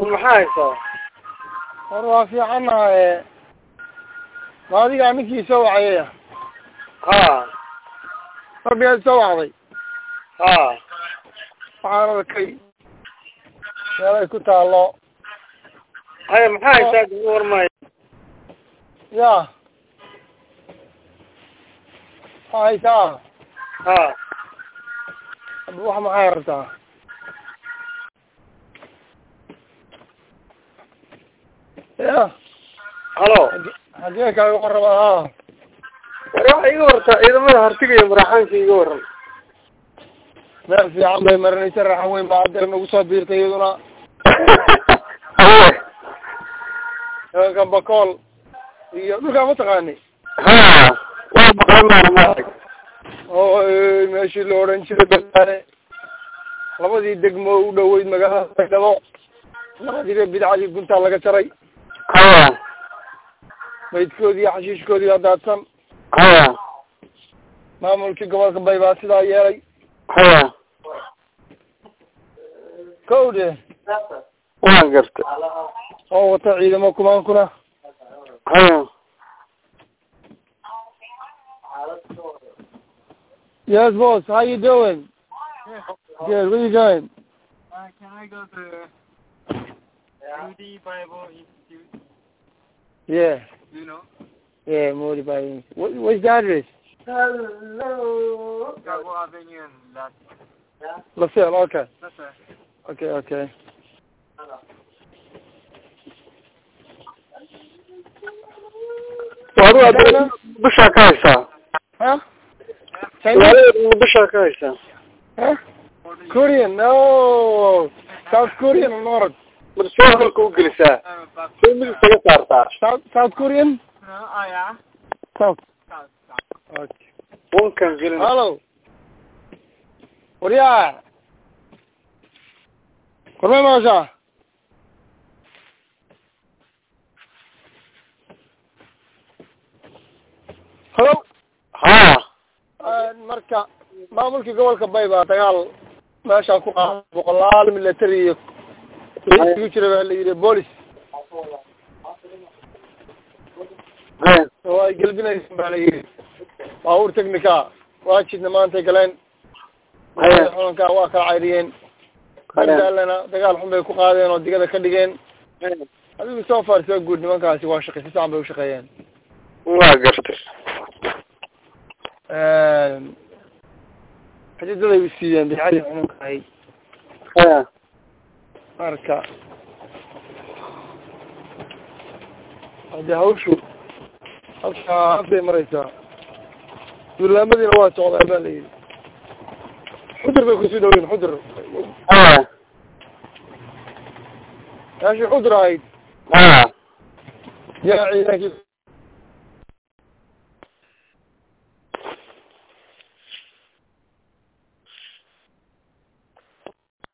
maxaa haysaa war waa fiicannahaye ma adigaa ninkii soo wacayaya ha mar miyaad soo wacday ha waxaan arkay meelay ku taallo haya maxaa haysaa gaga warmaayo ya maxaa haysaa ha ah. wax maxay rabtaa ya halo haddii kaaga qoraba haa war waxaa iiga wartaa ciidamada hartiga iyo maraxaanka iiga waran meel fiican bay marinaysa raaxa weyn baa adeer nagu soo biirtay iyaduna nimankan bakool iyo dhulkaa mataqaani ha waa maqlanaana maarag oo eh, meeshii la odhan jiray balbaale labadii degmo u dhoweyd magaalada baydhabo labadiiba bidcadii guntaa laga jaray ha maydkoodii iyo xashiishkoodii baa daadsan ha maamulkii gobolka bay baa sidaa yeelay ha kow dhe waan garta oo wata ciidamo kumaankuna ha yes boss how you doing good where you going Uh, can I go to Moody Bible Institute? yeah Do you know? yeah Modi by what what's the address Chicago Avenue and that. LaSalle okay That's a okay okay waadu adeer dushaa ka haysaa huh China adeer dushaa ka haysaa huh Korean no South Korean or North mar see dalka u gelisaa uh, but, see mid isaga saartaa South South Korean no, oh yeah. South South, south. okay wankan gelin hello Korea Korea maasha hello ha marka maamulkii gobolka bay baa dagaal meeshaa ku qaaday boqolaal military iyo isugu jira baa la yidhi boolis ha oo ay gelbinaysan baa la yidhi baabuur technica waajidna maantay galeen Aya. xulankaa waa kala cayriyeen ha bandaalana dagaal xun bay ku qaadeen oo digada ka dhigeen adigu soo faar soo guud nimankaasi waa shaqay si sacan bay ushaqeeyeen waa garta xadidaday siiyeen bidcadii xununkahay ha marka hadee hawshu halkaa afbay maraysaa duulaamadiina waa socdaa baa la yidhi xudur bay kusii dhaweyn xudur ha meeshii xudur ahayd ha yaa ciidankii